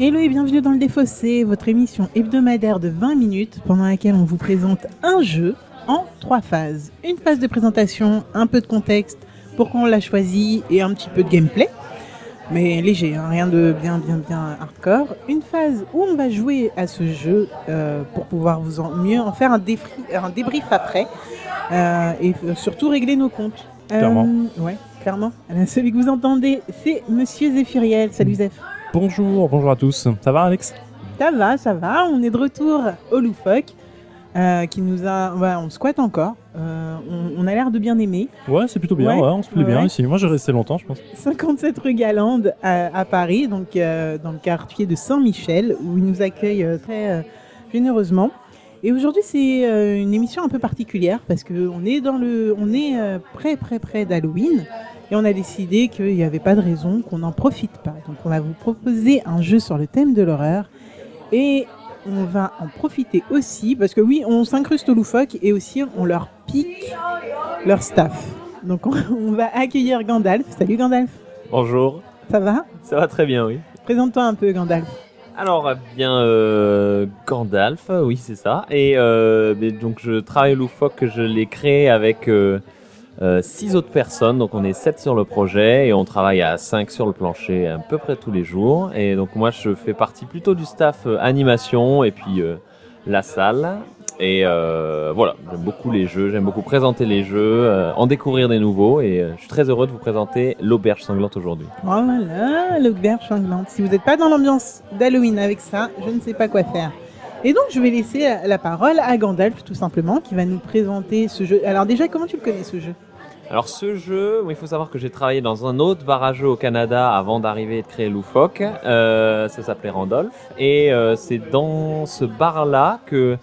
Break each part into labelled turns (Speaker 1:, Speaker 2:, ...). Speaker 1: Hello et bienvenue dans le Défossé, votre émission hebdomadaire de 20 minutes pendant laquelle on vous présente un jeu en trois phases. Une phase de présentation, un peu de contexte, pourquoi on l'a choisi et un petit peu de gameplay. Mais léger, hein, rien de bien bien bien hardcore. Une phase où on va jouer à ce jeu euh, pour pouvoir vous en mieux en faire un, défri- un débrief après euh, et euh, surtout régler nos comptes. Euh,
Speaker 2: Clairement.
Speaker 1: ouais, clairement. Alors, celui que vous entendez, c'est Monsieur Zéphiriel. Salut Zéph.
Speaker 2: Bonjour, bonjour à tous. Ça va, Alex
Speaker 1: Ça va, ça va. On est de retour au Loufoque, euh, qui nous a. ouais, on squatte encore. Euh, on, on a l'air de bien aimer.
Speaker 2: Ouais, c'est plutôt bien.
Speaker 1: Ouais.
Speaker 2: ouais, on se plaît
Speaker 1: Ouais,
Speaker 2: bien
Speaker 1: ouais.
Speaker 2: ici. Moi, j'ai resté longtemps, je pense.
Speaker 1: 57 rue Galande à, à Paris, donc euh, dans le quartier de Saint-Michel, où ils nous accueillent euh, très euh, généreusement. Et aujourd'hui, c'est euh, une émission un peu particulière parce que on est dans le, on est euh, près, près, près d'Halloween, et on a décidé qu'il n'y avait pas de raison qu'on n'en profite pas. Donc, on va vous proposer un jeu sur le thème de l'horreur, et on va en profiter aussi parce que oui, on s'incruste aux loufoques et aussi on leur pique leur staff. Donc, on- on va accueillir Gandalf. Salut Gandalf.
Speaker 3: Bonjour,
Speaker 1: Ça va
Speaker 3: ça va très bien, oui.
Speaker 1: Présente-toi un peu, Gandalf.
Speaker 3: Alors, eh bien, euh, Gandalf, oui, c'est ça. Et euh, mais donc, je travaille Loufoque, je l'ai créé avec euh, euh, six autres personnes, donc on est sept sur le projet et on travaille à cinq sur le plancher à peu près tous les jours. Et donc, moi, je fais partie plutôt du staff euh, animation et puis euh, la salle. Et euh, voilà, j'aime beaucoup les jeux, j'aime beaucoup présenter les jeux, euh, en découvrir des nouveaux et euh, je suis très heureux de vous présenter l'Auberge Sanglante aujourd'hui.
Speaker 1: Oh là, l'auberge sanglante. Si vous n'êtes pas dans l'ambiance d'Halloween avec ça, je ne sais pas quoi faire. Et donc, je vais laisser euh, la- la parole à Gandalf, tout simplement, qui va nous présenter ce jeu. Alors déjà, comment tu le connais, ce jeu
Speaker 3: Alors ce jeu, il faut savoir que j'ai travaillé dans un autre bar à jeux au Canada avant d'arriver et de créer Loufoque. Euh, ça s'appelait Randolph. Et euh, c'est dans ce bar-là que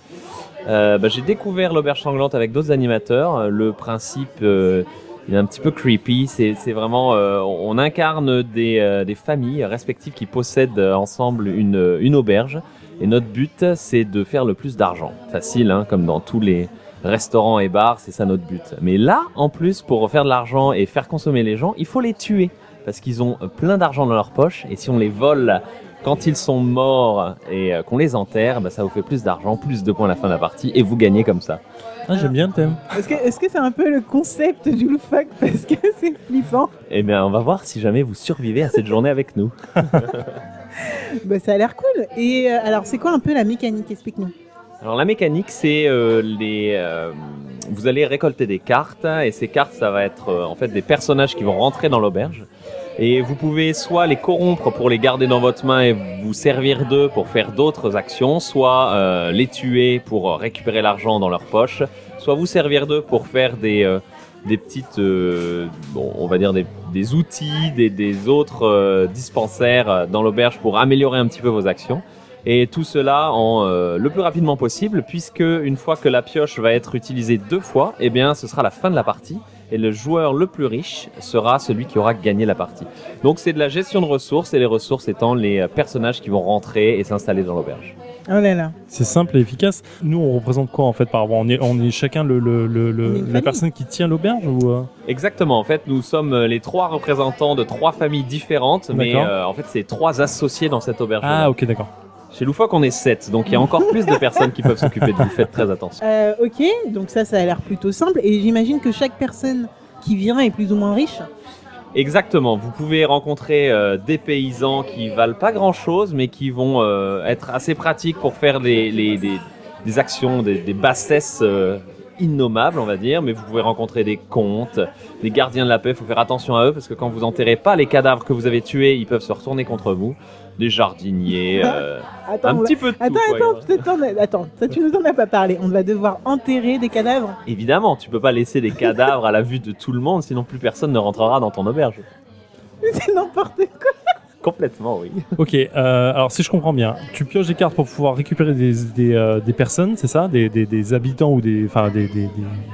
Speaker 3: euh, bah, j'ai découvert l'auberge sanglante avec d'autres animateurs. Euh, Le principe, euh, il est un petit peu creepy. C'est c'est vraiment, euh, on on incarne des, euh, des familles respectives qui possèdent euh, ensemble une, euh, une auberge. Et notre but, c'est de faire le plus d'argent. Facile, hein, comme dans tous les restaurants et bars, c'est ça notre but. Mais là, en plus, pour faire de l'argent et faire consommer les gens, il faut les tuer. Parce qu'ils ont plein d'argent dans leur poche. Et si on les vole quand ils sont morts et euh, qu'on les enterre, bah, ça vous fait plus d'argent, plus de points à la fin de la partie. Et vous gagnez comme ça.
Speaker 2: Ah, j'aime bien le thème.
Speaker 1: Est-ce que est-ce que c'est un peu le concept du loufoque Parce que c'est flippant.
Speaker 3: Eh bien, on va voir si jamais vous survivez à cette journée avec nous.
Speaker 1: Bah, ça a l'air cool. Et euh, alors, c'est quoi un peu la mécanique Explique-nous.
Speaker 3: Alors la mécanique, c'est euh, les. euh, vous allez récolter des cartes hein, et ces cartes, ça va être euh, en fait des personnages qui vont rentrer dans l'auberge. Et vous pouvez soit les corrompre pour les garder dans votre main et vous servir d'eux pour faire d'autres actions, soit euh, les tuer pour récupérer l'argent dans leur poche, soit vous servir d'eux pour faire des euh, des petites, euh, bon, on va dire des, des outils, des, des autres euh, dispensaires euh, dans l'auberge pour améliorer un petit peu vos actions. Et tout cela en, euh, le plus rapidement possible, puisque une fois que la pioche va être utilisée deux fois, eh bien, ce sera la fin de la partie. Et le joueur le plus riche sera celui qui aura gagné la partie. Donc c'est de la gestion de ressources, et les ressources étant les euh, personnages qui vont rentrer et s'installer dans l'auberge.
Speaker 1: Oh là là.
Speaker 2: C'est simple et efficace. Nous, on représente quoi en fait par rapport on est, on est chacun le, le, le- le-
Speaker 1: On est une
Speaker 2: la
Speaker 1: famille.
Speaker 2: personne qui tient l'auberge ou euh,
Speaker 3: Exactement, en fait, nous sommes euh, les trois représentants de trois familles différentes, mais
Speaker 2: D'accord.
Speaker 3: euh, en fait, c'est trois associés dans cette auberge.
Speaker 2: Ah, ok, d'accord.
Speaker 3: Chez Loufoque, on est sept, donc il y a encore plus de personnes qui peuvent s'occuper de vous. Faites très attention.
Speaker 1: Euh, ok, donc ça, ça a l'air plutôt simple. Et j'imagine que chaque personne qui vient est plus ou moins riche.
Speaker 3: Exactement, vous pouvez rencontrer euh, des paysans qui valent pas grand chose mais qui vont euh, être assez pratiques pour faire des, les- des- des actions, des, des bassesses euh, innommables on va dire, mais vous pouvez rencontrer des contes, des gardiens de la paix, faut faire attention à eux parce que quand vous enterrez pas les cadavres que vous avez tués, ils peuvent se retourner contre vous, des jardiniers, euh,
Speaker 1: Attends,
Speaker 3: un
Speaker 1: on va-
Speaker 3: petit peu de tout.
Speaker 1: Attends,
Speaker 3: quoi.
Speaker 1: attends, peut-être t'en as- attends, ça tu nous en as pas parlé. On va devoir enterrer des cadavres.
Speaker 3: Évidemment, tu peux pas laisser des cadavres à la vue de tout le monde sinon plus personne ne rentrera dans ton auberge.
Speaker 1: C'est n'importe quoi.
Speaker 3: Complètement oui.
Speaker 2: Ok, euh, alors si je comprends bien, tu pioches des cartes pour pouvoir récupérer des, des, euh, des personnes, c'est ça des, des, des habitants ou des, enfin, des, des, des,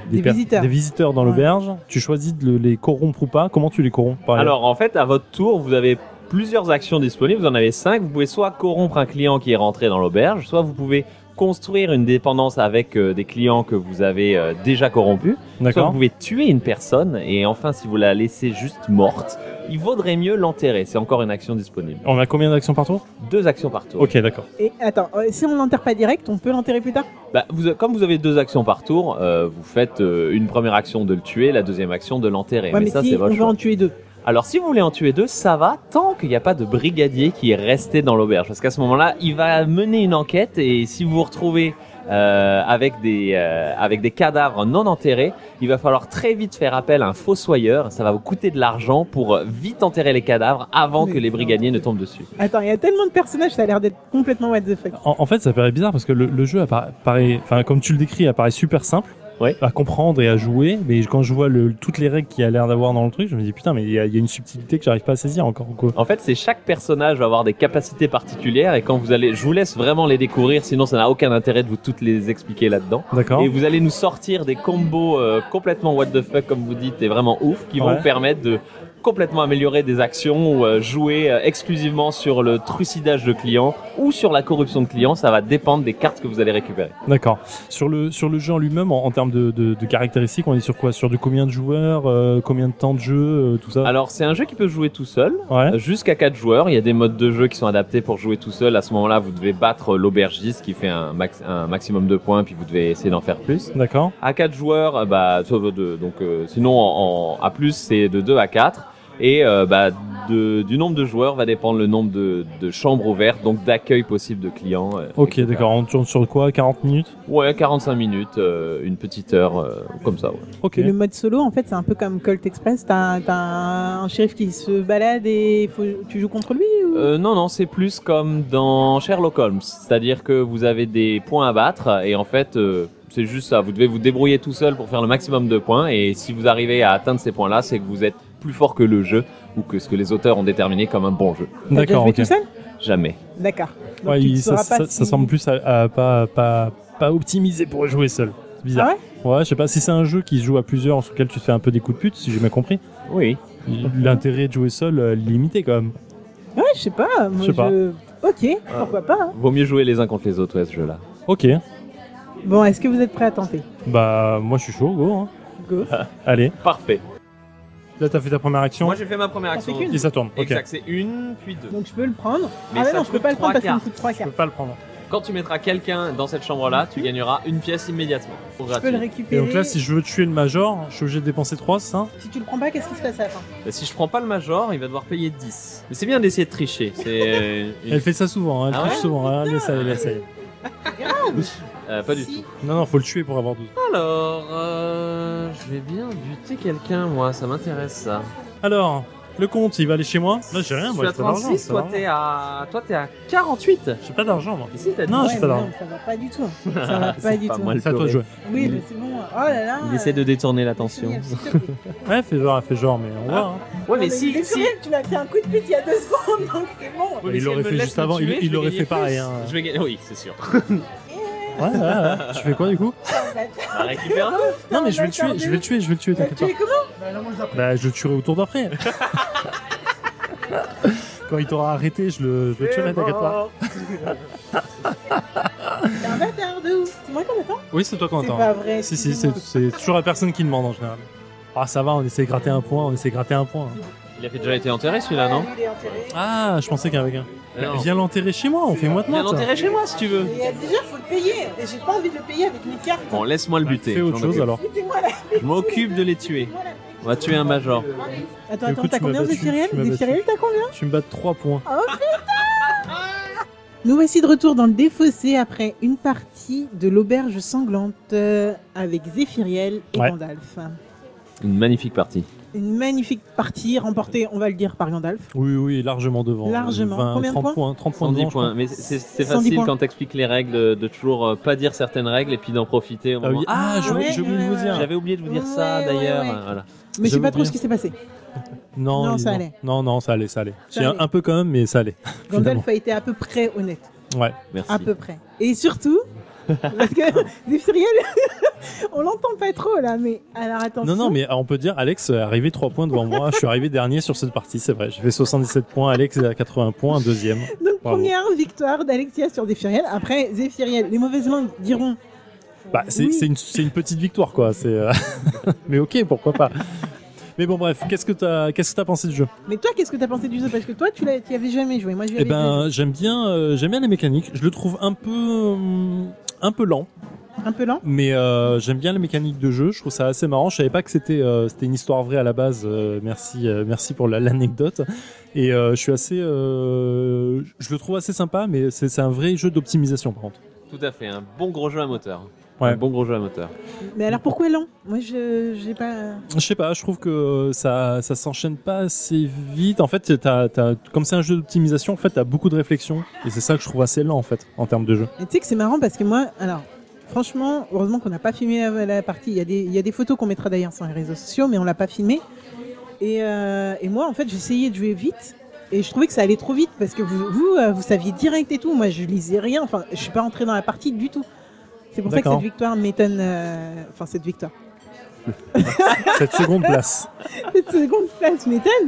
Speaker 1: Des
Speaker 2: per-
Speaker 1: visiteurs.
Speaker 2: des visiteurs dans
Speaker 1: Ouais.
Speaker 2: l'auberge. Tu choisis de le- les corrompre ou pas Comment tu les corromps par exemple
Speaker 3: Alors en fait, à votre tour, vous avez plusieurs actions disponibles. Vous en avez cinq. Vous pouvez soit corrompre un client qui est rentré dans l'auberge, soit vous pouvez construire une dépendance avec euh, des clients que vous avez euh, déjà corrompus. Soit vous
Speaker 2: D'accord
Speaker 3: pouvez tuer une personne et enfin, si vous la laissez juste morte, il vaudrait mieux l'enterrer. C'est encore une action disponible.
Speaker 2: On a combien d'actions par tour
Speaker 3: Deux actions par tour.
Speaker 2: Ok, d'accord.
Speaker 1: Et attends, euh, si on l'enterre pas direct, on peut l'enterrer plus tard
Speaker 3: Bah, vous, comme vous avez deux actions par tour, euh, vous faites euh, une première action de le tuer, la deuxième action de l'enterrer.
Speaker 1: Ouais,
Speaker 3: mais,
Speaker 1: mais,
Speaker 3: ça,
Speaker 1: si
Speaker 3: c'est
Speaker 1: on
Speaker 3: votre
Speaker 1: veut
Speaker 3: choix.
Speaker 1: en tuer deux.
Speaker 3: Alors, si vous voulez en tuer deux, ça va tant qu'il n'y a pas de brigadier qui est resté dans l'auberge. Parce qu'à ce moment-là, il va mener une enquête et si vous vous retrouvez euh, avec, des, euh, avec des cadavres non enterrés, il va falloir très vite faire appel à un fossoyeur. Ça va vous coûter de l'argent pour euh, vite enterrer les cadavres avant
Speaker 1: Mais
Speaker 3: que les
Speaker 1: non.
Speaker 3: brigadiers ne tombent dessus.
Speaker 1: Attends, il y a tellement de personnages, ça a l'air d'être complètement what the fuck.
Speaker 2: En, en fait, ça paraît bizarre parce que le, le jeu appara- paraît, enfin, comme tu le décris, apparaît super simple
Speaker 3: Ouais.
Speaker 2: à comprendre et à jouer. Mais quand je vois le- toutes les règles qu'il y a l'air d'avoir dans le truc, je me dis putain, mais il y, a il y a une subtilité que j'arrive pas à saisir encore ou quoi.
Speaker 3: En fait, c'est chaque personnage va avoir des capacités particulières et quand vous allez, je vous laisse vraiment les découvrir, sinon ça n'a aucun intérêt de vous toutes les expliquer là-dedans.
Speaker 2: D'accord.
Speaker 3: Et vous allez nous sortir des combos euh, complètement what the fuck comme vous dites et vraiment ouf qui vont
Speaker 2: Ouais.
Speaker 3: vous permettre de complètement améliorer des actions ou euh, jouer euh, exclusivement sur le trucidage de clients ou sur la corruption de clients. Ça va dépendre des cartes que vous allez récupérer.
Speaker 2: D'accord. Sur le sur le jeu en lui-même, en, en termes de, de- de caractéristiques, on est sur quoi Sur du combien de joueurs, euh, combien de temps de jeu, euh, tout ça.
Speaker 3: Alors c'est un jeu qui peut se jouer tout seul.
Speaker 2: ouais.
Speaker 3: Jusqu'à 4 joueurs, il y a des modes de jeu qui sont adaptés pour jouer tout seul. À ce moment-là, vous devez battre l'aubergiste qui fait un, max- un maximum de points, puis vous devez essayer d'en faire plus.
Speaker 1: euh,
Speaker 2: D'accord.
Speaker 3: À 4 joueurs, euh, bah, sauf deux. Donc, euh, sinon, en, en- à plus, c'est de 2 à 4. Et euh, bah, de- du nombre de joueurs va dépendre le nombre de, de chambres ouvertes, donc d'accueil possible de clients. euh,
Speaker 2: Ok,
Speaker 3: etc.
Speaker 2: d'accord. On tourne sur quoi 40 minutes.
Speaker 3: Ouais, 45 minutes, euh, une petite heure, euh, comme ça. ouais.
Speaker 2: Ok.
Speaker 1: Et le mode solo, en fait, c'est un peu comme Colt Express. T'as un, t'as un shérif qui se balade et faut- tu joues contre lui ou...
Speaker 3: Euh, non, non, c'est plus comme dans Sherlock Holmes, c'est-à-dire que vous avez des points à battre et en fait, euh, c'est juste ça. Vous devez vous débrouiller tout seul pour faire le maximum de points et si vous arrivez à atteindre ces points-là, c'est que vous êtes plus fort que le jeu ou que ce que les auteurs ont déterminé comme un bon jeu.
Speaker 1: T'as déjà
Speaker 2: D'accord.
Speaker 1: joué
Speaker 2: ok.
Speaker 1: tout seul
Speaker 3: Jamais.
Speaker 1: D'accord. Donc
Speaker 2: Ouais,
Speaker 1: tu ne
Speaker 2: il-
Speaker 1: sauras
Speaker 2: ça,
Speaker 1: pas
Speaker 2: ça- ça
Speaker 1: si-
Speaker 2: semble plus à, à pas, pas, pas optimisé pour jouer seul. C'est
Speaker 1: Ah
Speaker 2: bizarre. ouais, je sais pas si c'est un jeu qui se joue à plusieurs, sur lequel tu te fais un peu des coups de pute, si j'ai bien compris.
Speaker 3: Oui.
Speaker 2: L'intérêt de jouer seul, euh, limité quand même.
Speaker 1: Ouais, je sais pas. Moi,
Speaker 2: Je sais pas.
Speaker 1: Ok, pourquoi pas. hein.
Speaker 3: Vaut mieux jouer les uns contre les autres, ouais, ce jeu-là.
Speaker 2: Ok,
Speaker 1: Bon, est-ce que vous êtes prêts à tenter
Speaker 2: bah moi je suis chaud, go. hein.
Speaker 1: Go.
Speaker 2: Allez,
Speaker 3: Parfait.
Speaker 2: là t'as fait ta première action
Speaker 3: Moi, j'ai fait ma première
Speaker 1: T'en fais
Speaker 3: action.
Speaker 1: qu'une
Speaker 2: et ça tourne. Ok.
Speaker 3: Exact, c'est une, puis deux.
Speaker 1: Donc je peux le prendre.
Speaker 3: Mais
Speaker 1: ah bah
Speaker 3: ça
Speaker 1: non,
Speaker 3: te
Speaker 1: je peux pas le
Speaker 3: coûte
Speaker 1: prendre parce qu'il
Speaker 3: trois
Speaker 1: me coûte 3
Speaker 2: Je
Speaker 1: cartes.
Speaker 2: peux pas le prendre.
Speaker 3: Quand tu mettras quelqu'un dans cette chambre-là, tu gagneras une pièce immédiatement.
Speaker 1: Je peux le
Speaker 2: Et
Speaker 1: récupérer.
Speaker 2: donc là, si je veux tuer le major, je suis obligé de dépenser 3, c'est ça
Speaker 1: Si tu le prends pas, qu'est-ce qui se passe à la fin
Speaker 3: Bah, si je prends pas le major, il va devoir payer 10. Mais c'est bien d'essayer de tricher. C'est euh,
Speaker 2: Elle fait ça souvent, hein, elle
Speaker 3: Ah
Speaker 2: triche
Speaker 3: ouais
Speaker 2: souvent. hein, laisse aller, laisse aller.
Speaker 3: Euh, pas du
Speaker 1: Si.
Speaker 3: tout.
Speaker 2: Non, non, faut le tuer pour avoir 12.
Speaker 3: Alors, euh, je vais bien buter quelqu'un, moi. Ça m'intéresse ça.
Speaker 2: Alors, le compte, il va aller chez moi Là, j'ai rien,
Speaker 3: je
Speaker 2: moi,
Speaker 3: suis à
Speaker 2: j'ai pas d'argent,
Speaker 3: 36,
Speaker 2: ça
Speaker 3: toi
Speaker 2: va.
Speaker 3: t'es à, toi t'es à 48.
Speaker 2: J'ai pas d'argent, moi.
Speaker 3: Ici t'as
Speaker 2: Non,
Speaker 1: Ouais,
Speaker 2: je suis
Speaker 1: mais
Speaker 2: pas
Speaker 1: non, Ça va pas du tout. Ça va pas
Speaker 3: C'est
Speaker 1: du
Speaker 3: pas
Speaker 1: tout.
Speaker 3: moi. Elle
Speaker 2: C'est à toi de
Speaker 3: pleurait.
Speaker 2: jouer.
Speaker 1: Oui,
Speaker 3: Il-
Speaker 1: mais c'est bon. Oh là là.
Speaker 3: Il essaie de détourner l'attention.
Speaker 1: Sonia, s'il te plaît.
Speaker 2: Ouais, fait genre, elle fait genre, mais on voit. hein.
Speaker 3: Ouais,
Speaker 1: Non, il
Speaker 3: mais
Speaker 1: est
Speaker 3: si, si,
Speaker 1: curieux, Tu m'as fait un coup de pute il y a deux secondes, donc c'est bon.
Speaker 2: Il l'aurait fait juste avant, il- il aurait fait pareil, hein.
Speaker 3: Je vais gagner, oui, c'est sûr.
Speaker 2: Ouais, ouais, ouais. Tu fais quoi du coup
Speaker 3: Ah, Récupère-le.
Speaker 2: Non, mais je vais
Speaker 1: on
Speaker 2: le
Speaker 1: a
Speaker 2: tuer,
Speaker 1: perdu.
Speaker 2: je vais le tuer, je vais le tuer, t'inquiète
Speaker 1: Tu
Speaker 2: pas.
Speaker 1: es comment
Speaker 2: Bah, je le tuerai au tour d'après. Quand il t'aura arrêté, je le, je le tuerai, t'inquiète pas.
Speaker 1: T'es un bâtard de ouf. C'est moi qu'on attend
Speaker 2: Oui, c'est toi qu'on
Speaker 1: C'est pas vrai.
Speaker 2: Si, si, c'est
Speaker 1: excusez-moi.
Speaker 2: c'est toujours la personne qui demande en général. Ah, ça va, on essaie de gratter un point, on essaie de gratter un point.
Speaker 3: Il avait déjà été enterré celui-là, non
Speaker 1: Ah, il est enterré.
Speaker 2: Ah, je pensais qu'un avec un. Bah,
Speaker 3: Non.
Speaker 2: Viens l'enterrer chez moi, on fait moi de
Speaker 3: Viens
Speaker 2: moi.
Speaker 3: l'enterrer chez moi si tu veux.
Speaker 1: Et euh, déjà, faut le payer. Et j'ai pas envie de le payer avec mes cartes.
Speaker 3: Bon, laisse-moi le buter.
Speaker 2: Bah, Fais autre
Speaker 3: J'en ai-
Speaker 2: chose alors.
Speaker 1: Foutez-moi la
Speaker 3: Je m'occupe de les tuer.
Speaker 1: Voilà.
Speaker 3: On va tuer un major.
Speaker 1: Attends,
Speaker 2: Du
Speaker 1: attends,
Speaker 2: coup,
Speaker 1: t'as
Speaker 2: tu m'as
Speaker 1: combien de
Speaker 2: battu,
Speaker 1: céréales
Speaker 2: tu m'as
Speaker 1: Des
Speaker 2: battu.
Speaker 1: céréales, t'as combien
Speaker 2: Tu me battes 3 points.
Speaker 1: Nous voici de retour dans le défaussé après une partie de l'auberge sanglante euh, avec Zéphiriel et
Speaker 2: Ouais.
Speaker 1: Gandalf.
Speaker 3: Une magnifique partie.
Speaker 1: Une magnifique partie remportée, on va le dire, par Gandalf.
Speaker 2: Oui, oui, largement devant.
Speaker 1: Largement. Combien de
Speaker 2: 30
Speaker 1: points
Speaker 2: points 30 points
Speaker 3: 110
Speaker 2: devant. je
Speaker 3: points.
Speaker 2: crois.
Speaker 3: Mais c'est- c'est
Speaker 1: 110
Speaker 3: facile
Speaker 1: points.
Speaker 3: quand t'expliques les règles de, de toujours euh, pas dire certaines règles et puis d'en profiter au
Speaker 2: Ah
Speaker 3: moment.
Speaker 2: oui, ah, j'ai oublié
Speaker 1: ouais,
Speaker 2: j'ai oublié de
Speaker 1: ouais,
Speaker 2: vous
Speaker 1: ouais.
Speaker 2: dire.
Speaker 3: J'avais oublié de vous dire ça
Speaker 1: Ouais,
Speaker 3: d'ailleurs.
Speaker 1: ouais, ouais.
Speaker 3: Voilà.
Speaker 1: Mais je sais
Speaker 2: J'avoue
Speaker 1: pas trop
Speaker 2: bien.
Speaker 1: ce qui s'est passé.
Speaker 2: Non,
Speaker 1: Non,
Speaker 2: il-
Speaker 1: ça allait.
Speaker 2: Non, non, ça allait, ça allait.
Speaker 1: Ça
Speaker 2: C'est un,
Speaker 1: allait.
Speaker 2: un peu quand même, mais ça allait. Finalement.
Speaker 1: Gandalf a été à peu près honnête.
Speaker 2: Ouais.
Speaker 3: Merci.
Speaker 1: À peu près. Et surtout, parce que Zéphiriel, on l'entend pas trop là, mais alors attention.
Speaker 2: Non, non, mais euh, on peut dire Alex est arrivé 3 points devant moi. Je suis arrivé dernier sur cette partie, c'est vrai. J'ai fait 77 points, Alex est à 80 points, un deuxième.
Speaker 1: Donc,
Speaker 2: Bravo.
Speaker 1: première victoire d'Alexia sur Zéphiriel. Après, Zéphiriel, les mauvaises langues diront
Speaker 2: Bah, c'est
Speaker 1: Oui.
Speaker 2: c'est une, c'est une petite victoire, quoi. C'est, euh, mais ok, pourquoi pas. Mais bon, bref, qu'est-ce que t'as, qu'est-ce que t'as pensé du jeu
Speaker 1: Mais toi, qu'est-ce que t'as pensé du jeu Parce que toi, tu l'as- tu y avais jamais joué. Moi, je
Speaker 2: Eh ben, j'aime bien, euh, j'aime bien les mécaniques. Je le trouve un peu, hum, un peu lent,
Speaker 1: un peu lent.
Speaker 2: mais euh, j'aime bien les mécaniques de jeu. Je trouve ça assez marrant. Je savais pas que c'était, euh, c'était une histoire vraie à la base. Euh, merci, euh, merci pour la- l'anecdote. Et euh, je suis assez, euh, je le trouve assez sympa, mais c'est, c'est un vrai jeu d'optimisation, par contre.
Speaker 3: Tout à fait, un bon gros jeu à moteur.
Speaker 2: Ouais.
Speaker 3: Un bon gros jeu à moteur.
Speaker 1: Mais alors, pourquoi lent Moi, je j'ai pas.
Speaker 2: Je sais pas, je trouve que ça ça s'enchaîne pas assez vite. En fait, t'as, t'as, comme c'est un jeu d'optimisation, en fait, t'as beaucoup de réflexion. Et c'est ça que je trouve assez lent, en fait, en termes de jeu.
Speaker 1: Et tu sais que c'est marrant parce que moi, alors, franchement, heureusement qu'on n'a pas filmé la, la partie. Il y, a des, il y a des photos qu'on mettra d'ailleurs sur les réseaux sociaux, mais on l'a pas filmé. Et, euh, et moi, en fait, j'essayais de jouer vite. Et je trouvais que ça allait trop vite parce que vous, vous, euh, vous saviez direct et tout. Moi, je lisais rien. Enfin, je suis pas entré dans la partie du tout. C'est pour ça que
Speaker 2: D'accord.
Speaker 1: cette victoire m'étonne. euh, Enfin, cette victoire.
Speaker 2: Cette seconde place.
Speaker 1: cette seconde place m'étonne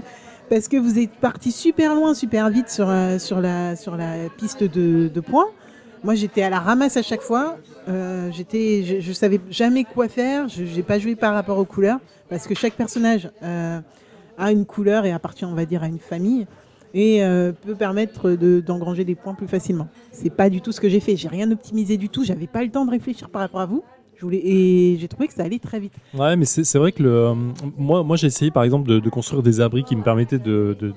Speaker 1: parce que vous êtes parti super loin, super vite sur, euh, sur, la, sur la piste de, de points. Moi, j'étais à la ramasse à chaque fois. Euh, j'étais, je, je savais jamais quoi faire. Je n'ai pas joué par rapport aux couleurs parce que chaque personnage euh, a une couleur et appartient, on va dire, à une famille et euh, peut permettre de, d'engranger des points plus facilement. C'est pas du tout ce que j'ai fait. J'ai rien optimisé du tout. J'avais pas le temps de réfléchir par rapport à vous. Je voulais et j'ai trouvé que ça allait très vite.
Speaker 2: Ouais, mais c'est, c'est vrai que le, euh, moi, moi j'ai essayé, par exemple, de, de construire des abris qui me permettaient de, de, de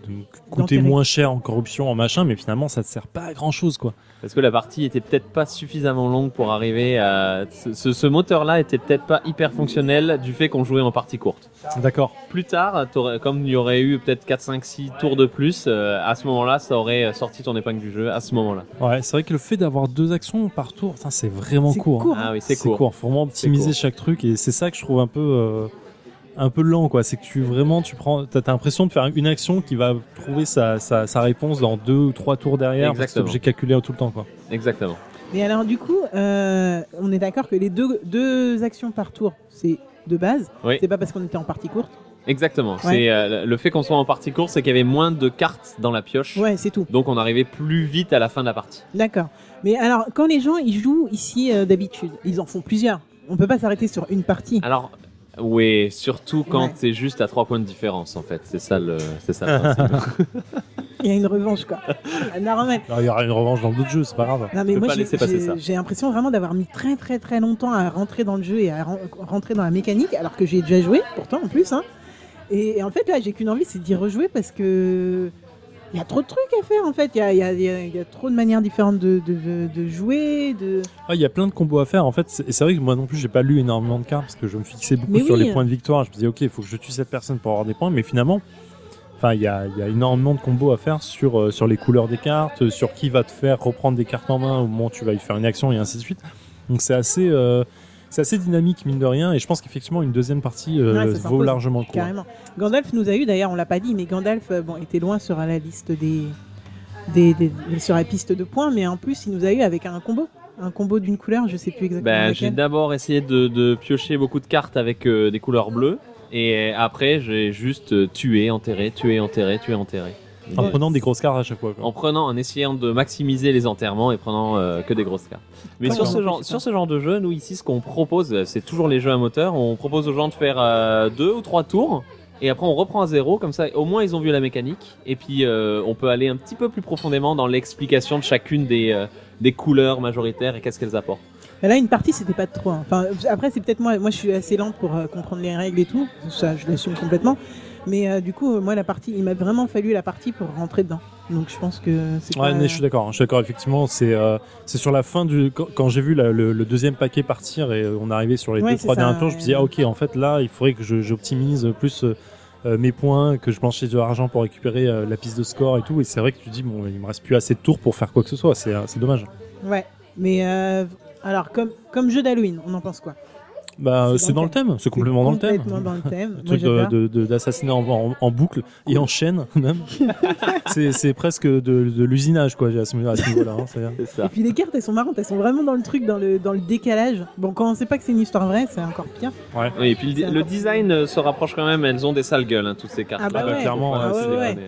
Speaker 2: coûter
Speaker 1: D'enterrer.
Speaker 2: moins cher en corruption, en machin, mais finalement, ça te sert pas à grand chose, quoi.
Speaker 3: Parce que la partie était peut-être pas suffisamment longue pour arriver à. Ce, ce- ce moteur-là était peut-être pas hyper fonctionnel du fait qu'on jouait en partie courte.
Speaker 2: D'accord.
Speaker 3: Plus tard, t'aurais- comme il y aurait eu peut-être 4, 5, 6 tours de plus, euh, à ce moment-là, ça aurait euh, sorti ton épingle du jeu, à ce moment-là.
Speaker 2: Ouais, c'est vrai que le fait d'avoir deux actions par tour, putain, c'est vraiment
Speaker 1: C'est
Speaker 2: court. hein.
Speaker 1: court, hein.
Speaker 3: Ah oui, c'est court.
Speaker 2: Faut vraiment optimiser
Speaker 3: C'est court.
Speaker 2: chaque truc et c'est ça que je trouve un peu, euh, un peu lent, quoi. C'est que tu vraiment, tu prends, t'as t'as l'impression de faire une action qui va trouver sa, sa, sa réponse dans deux ou trois tours derrière. Parce que t'es
Speaker 3: Exactement.
Speaker 2: obligé de calculer tout le temps, quoi.
Speaker 3: Exactement.
Speaker 1: Mais alors du coup, euh, on est d'accord que les deux, deux actions par tour, c'est de base.
Speaker 3: Oui.
Speaker 1: C'est pas parce qu'on était en partie courte.
Speaker 3: Exactement. C'est euh, le fait qu'on soit en partie courte, c'est qu'il y avait moins de cartes dans la pioche.
Speaker 1: Ouais, c'est tout.
Speaker 3: Donc on arrivait plus vite à la fin de la partie.
Speaker 1: D'accord. Mais alors quand les gens ils jouent ici euh, d'habitude, ils en font plusieurs. On peut pas s'arrêter sur une partie.
Speaker 3: Alors, oui, surtout quand
Speaker 1: Ouais.
Speaker 3: c'est juste à trois points de différence, en fait. C'est ça le, c'est ça. le principe.
Speaker 1: Il y a une revanche quoi. Ah, Normal.
Speaker 2: Non, Il y aura une revanche dans d'autres jeux, c'est pas grave.
Speaker 1: Non mais
Speaker 3: peux
Speaker 1: moi
Speaker 3: pas
Speaker 1: j'ai-
Speaker 3: laisser passer ça.
Speaker 1: j'ai j'ai l'impression vraiment d'avoir mis très très très longtemps à rentrer dans le jeu et à ren- rentrer dans la mécanique alors que j'ai déjà joué pourtant en plus. Hein. Et, et en fait là j'ai qu'une envie c'est d'y rejouer parce que il y a trop de trucs à faire en fait. Il y a, il y a- il y a- il y a trop de manières différentes de, de- de- de jouer. De...
Speaker 2: Ah, il y a plein de combos à faire en fait. C'est- Et c'est vrai que moi non plus, j'ai pas lu énormément de cartes parce que je me fixais beaucoup
Speaker 1: Mais
Speaker 2: sur
Speaker 1: oui.
Speaker 2: les points de victoire. Je me disais, ok, il faut que je tue cette personne pour avoir des points, mais finalement, enfin, il y a, il y a énormément de combos à faire sur euh, sur les couleurs des cartes, euh, sur qui va te faire reprendre des cartes en main au moment où tu vas lui faire une action et ainsi de suite. Donc c'est assez euh, c'est assez dynamique mine de rien. Et je pense qu'effectivement, une deuxième partie euh,
Speaker 1: Ouais, ça
Speaker 2: vaut
Speaker 1: s'impose
Speaker 2: largement le coup. hein.
Speaker 1: Carrément. Gandalf nous a eu d'ailleurs on l'a pas dit mais Gandalf euh, bon était loin sur la liste des, des, des- des- sur la piste de points mais en plus il nous a eu avec un combo un combo d'une couleur je sais plus exactement.
Speaker 3: ben, j'ai
Speaker 1: laquelle.
Speaker 3: d'abord essayé de, de piocher beaucoup de cartes avec euh, des couleurs bleues, et après j'ai juste euh, tué, enterré, tué, enterré, tué, enterré.
Speaker 2: En prenant des grosses cartes à chaque fois. quoi.
Speaker 3: En prenant, en essayant de maximiser les enterrements et prenant euh, que des grosses cartes. Mais
Speaker 1: D'accord.
Speaker 3: sur ce, genre, sur ce genre de jeu, nous ici, ce qu'on propose, euh, c'est toujours les jeux à moteur. On propose aux gens de faire euh, deux ou trois tours. Et après, on reprend à zéro. Comme ça, au moins, ils ont vu la mécanique. Et puis, euh, on peut aller un petit peu plus profondément dans l'explication de chacune des, euh, des couleurs majoritaires et qu'est-ce qu'elles apportent.
Speaker 1: Mais là, une partie, c'était pas de trop. hein. Enfin, après, c'est peut-être moi. Moi, je suis assez lente pour euh, comprendre les règles et tout. Ça, je l'assume complètement. Mais euh, du coup, euh, moi, la partie, il m'a vraiment fallu la partie pour rentrer dedans. Donc, je pense que c'est
Speaker 2: Ouais,
Speaker 1: pas-
Speaker 2: mais je suis d'accord. hein, Je suis d'accord. Effectivement, c'est euh, c'est sur la fin du quand, quand j'ai vu la- le, le deuxième paquet partir et euh, on arrivait sur les
Speaker 1: Ouais,
Speaker 2: deux
Speaker 1: c'est
Speaker 2: trois
Speaker 1: ça,
Speaker 2: derniers tours, je
Speaker 1: ouais.
Speaker 2: me disais ah, ok en fait là il faudrait que je- j'optimise plus euh, euh, mes points, que je blanchisse de l'argent pour récupérer euh, la piste de score et tout. Et c'est vrai que tu dis bon il me reste plus assez de tours pour faire quoi que ce soit. C'est euh, c'est dommage.
Speaker 1: Ouais. Mais euh, alors, comme comme jeu d'Halloween, on en pense quoi
Speaker 2: Bah euh,
Speaker 1: C'est
Speaker 2: c'est dans le thème. C'est complètement dans le thème.
Speaker 1: Complètement dans le thème.
Speaker 2: Le
Speaker 1: moi,
Speaker 2: truc
Speaker 1: j'adore.
Speaker 2: de- de- d'assassiner en, en- en boucle et en chaîne même. c'est c'est presque de, de l'usinage quoi à ce, à ce niveau-là. hein, c'est-
Speaker 3: C'est
Speaker 1: Et
Speaker 3: ça.
Speaker 1: puis les cartes, elles sont marrantes, elles sont vraiment dans le truc, dans le, dans le décalage. Bon, quand on sait pas que c'est une histoire vraie, c'est encore pire.
Speaker 3: Oui, et puis le, le design euh, se rapproche quand même. Elles ont des sales gueules, hein, toutes ces cartes.
Speaker 1: Ah bah
Speaker 2: bah, clairement,
Speaker 1: ah ouais, ouais.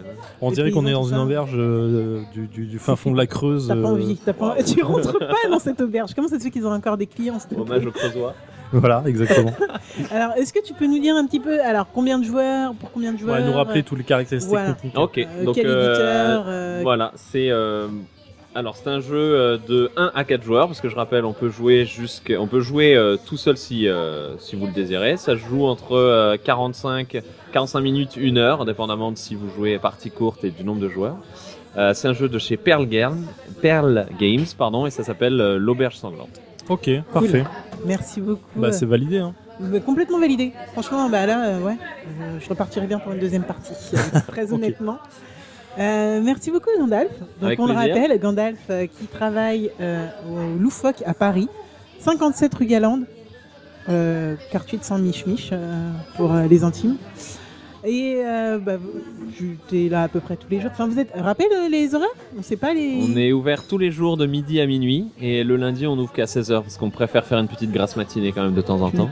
Speaker 2: On
Speaker 1: Et
Speaker 2: dirait
Speaker 1: puis,
Speaker 2: qu'on
Speaker 1: ils
Speaker 2: est
Speaker 1: ont
Speaker 2: dans
Speaker 1: tout
Speaker 2: une
Speaker 1: ça.
Speaker 2: auberge euh, du, du- du fin fond de la Creuse.
Speaker 1: T'as pas
Speaker 2: euh,
Speaker 1: envie, t'as pas... tu rentres pas dans cette auberge. Comment ça se fait qu'ils ont encore des clients cette
Speaker 3: Hommage au creusois.
Speaker 2: Voilà, exactement.
Speaker 1: Alors, est-ce que tu peux nous dire un petit peu, alors combien de joueurs, pour combien de
Speaker 2: On va
Speaker 1: joueurs
Speaker 2: nous rappeler tous les caractéristiques
Speaker 1: Voilà.
Speaker 2: techniques.
Speaker 3: Ok,
Speaker 1: euh,
Speaker 3: donc
Speaker 1: quel
Speaker 3: euh,
Speaker 1: éditeur euh,
Speaker 3: Voilà, c'est euh, alors c'est un jeu euh, de 1 à 4 joueurs parce que je rappelle, on peut jouer jusqu'à on peut jouer euh, tout seul si euh, si vous le désirez. Ça se joue entre euh, 45 45 minutes 1 heure, dépendamment de si vous jouez à partie courte et du nombre de joueurs. Euh, c'est un jeu de chez Pearl Games, Pearl Games pardon, et ça s'appelle euh, l'auberge sanglante.
Speaker 2: Ok, parfait.
Speaker 1: Merci beaucoup.
Speaker 2: Bah, c'est validé. Hein.
Speaker 1: Euh, complètement validé. Franchement, bah là, euh, ouais, je- je repartirai bien pour une deuxième partie, euh, très honnêtement. Euh, merci beaucoup Gandalf. Donc
Speaker 3: Avec
Speaker 1: on
Speaker 3: plaisir.
Speaker 1: le rappelle, Gandalf euh, qui travaille euh, au Loufoque à Paris, 57 rue Galande, euh, quartier de Saint-Mich-Mich euh, pour euh, les intimes. Et euh, bah, vous- tu es là à peu près tous les jours. Enfin, vous êtes. Rappelle euh, les horaires On sait pas les.
Speaker 3: On est ouvert tous les jours de midi à minuit et le lundi on ouvre qu'à 16h parce qu'on préfère faire une petite grasse matinée quand même de temps en temps.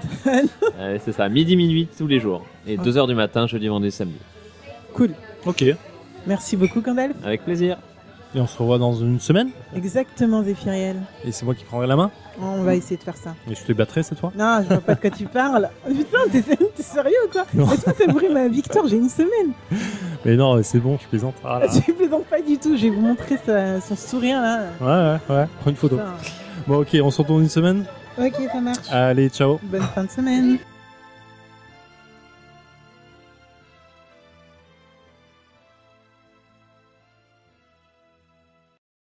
Speaker 3: Euh, c'est ça, midi minuit tous les jours et 2h du matin jeudi vendredi samedi.
Speaker 1: Cool.
Speaker 2: Ok. Et
Speaker 1: Merci beaucoup Gandalf.
Speaker 3: Avec plaisir.
Speaker 2: on se revoit dans une semaine.
Speaker 1: Exactement Zéphiriel.
Speaker 2: Et c'est moi qui prendrai la main.
Speaker 1: On va essayer de faire ça.
Speaker 2: Et je te battrai cette fois.
Speaker 1: Non, je vois pas de quoi tu parles. Putain, t'es t'es sérieux ou quoi
Speaker 2: Non.
Speaker 1: Est-ce que t'as pris ma victoire J'ai une semaine.
Speaker 2: Mais non, c'est bon, je plaisante. Ah là.
Speaker 1: Je plaisante pas du tout. Je vais vous montrer sa- son sourire là.
Speaker 2: Ouais, ouais, ouais. Prends une photo.
Speaker 1: Putain.
Speaker 2: Bon, ok, on se retrouve dans une semaine.
Speaker 1: Ok, ça marche.
Speaker 2: Allez, ciao.
Speaker 1: Bonne fin de semaine.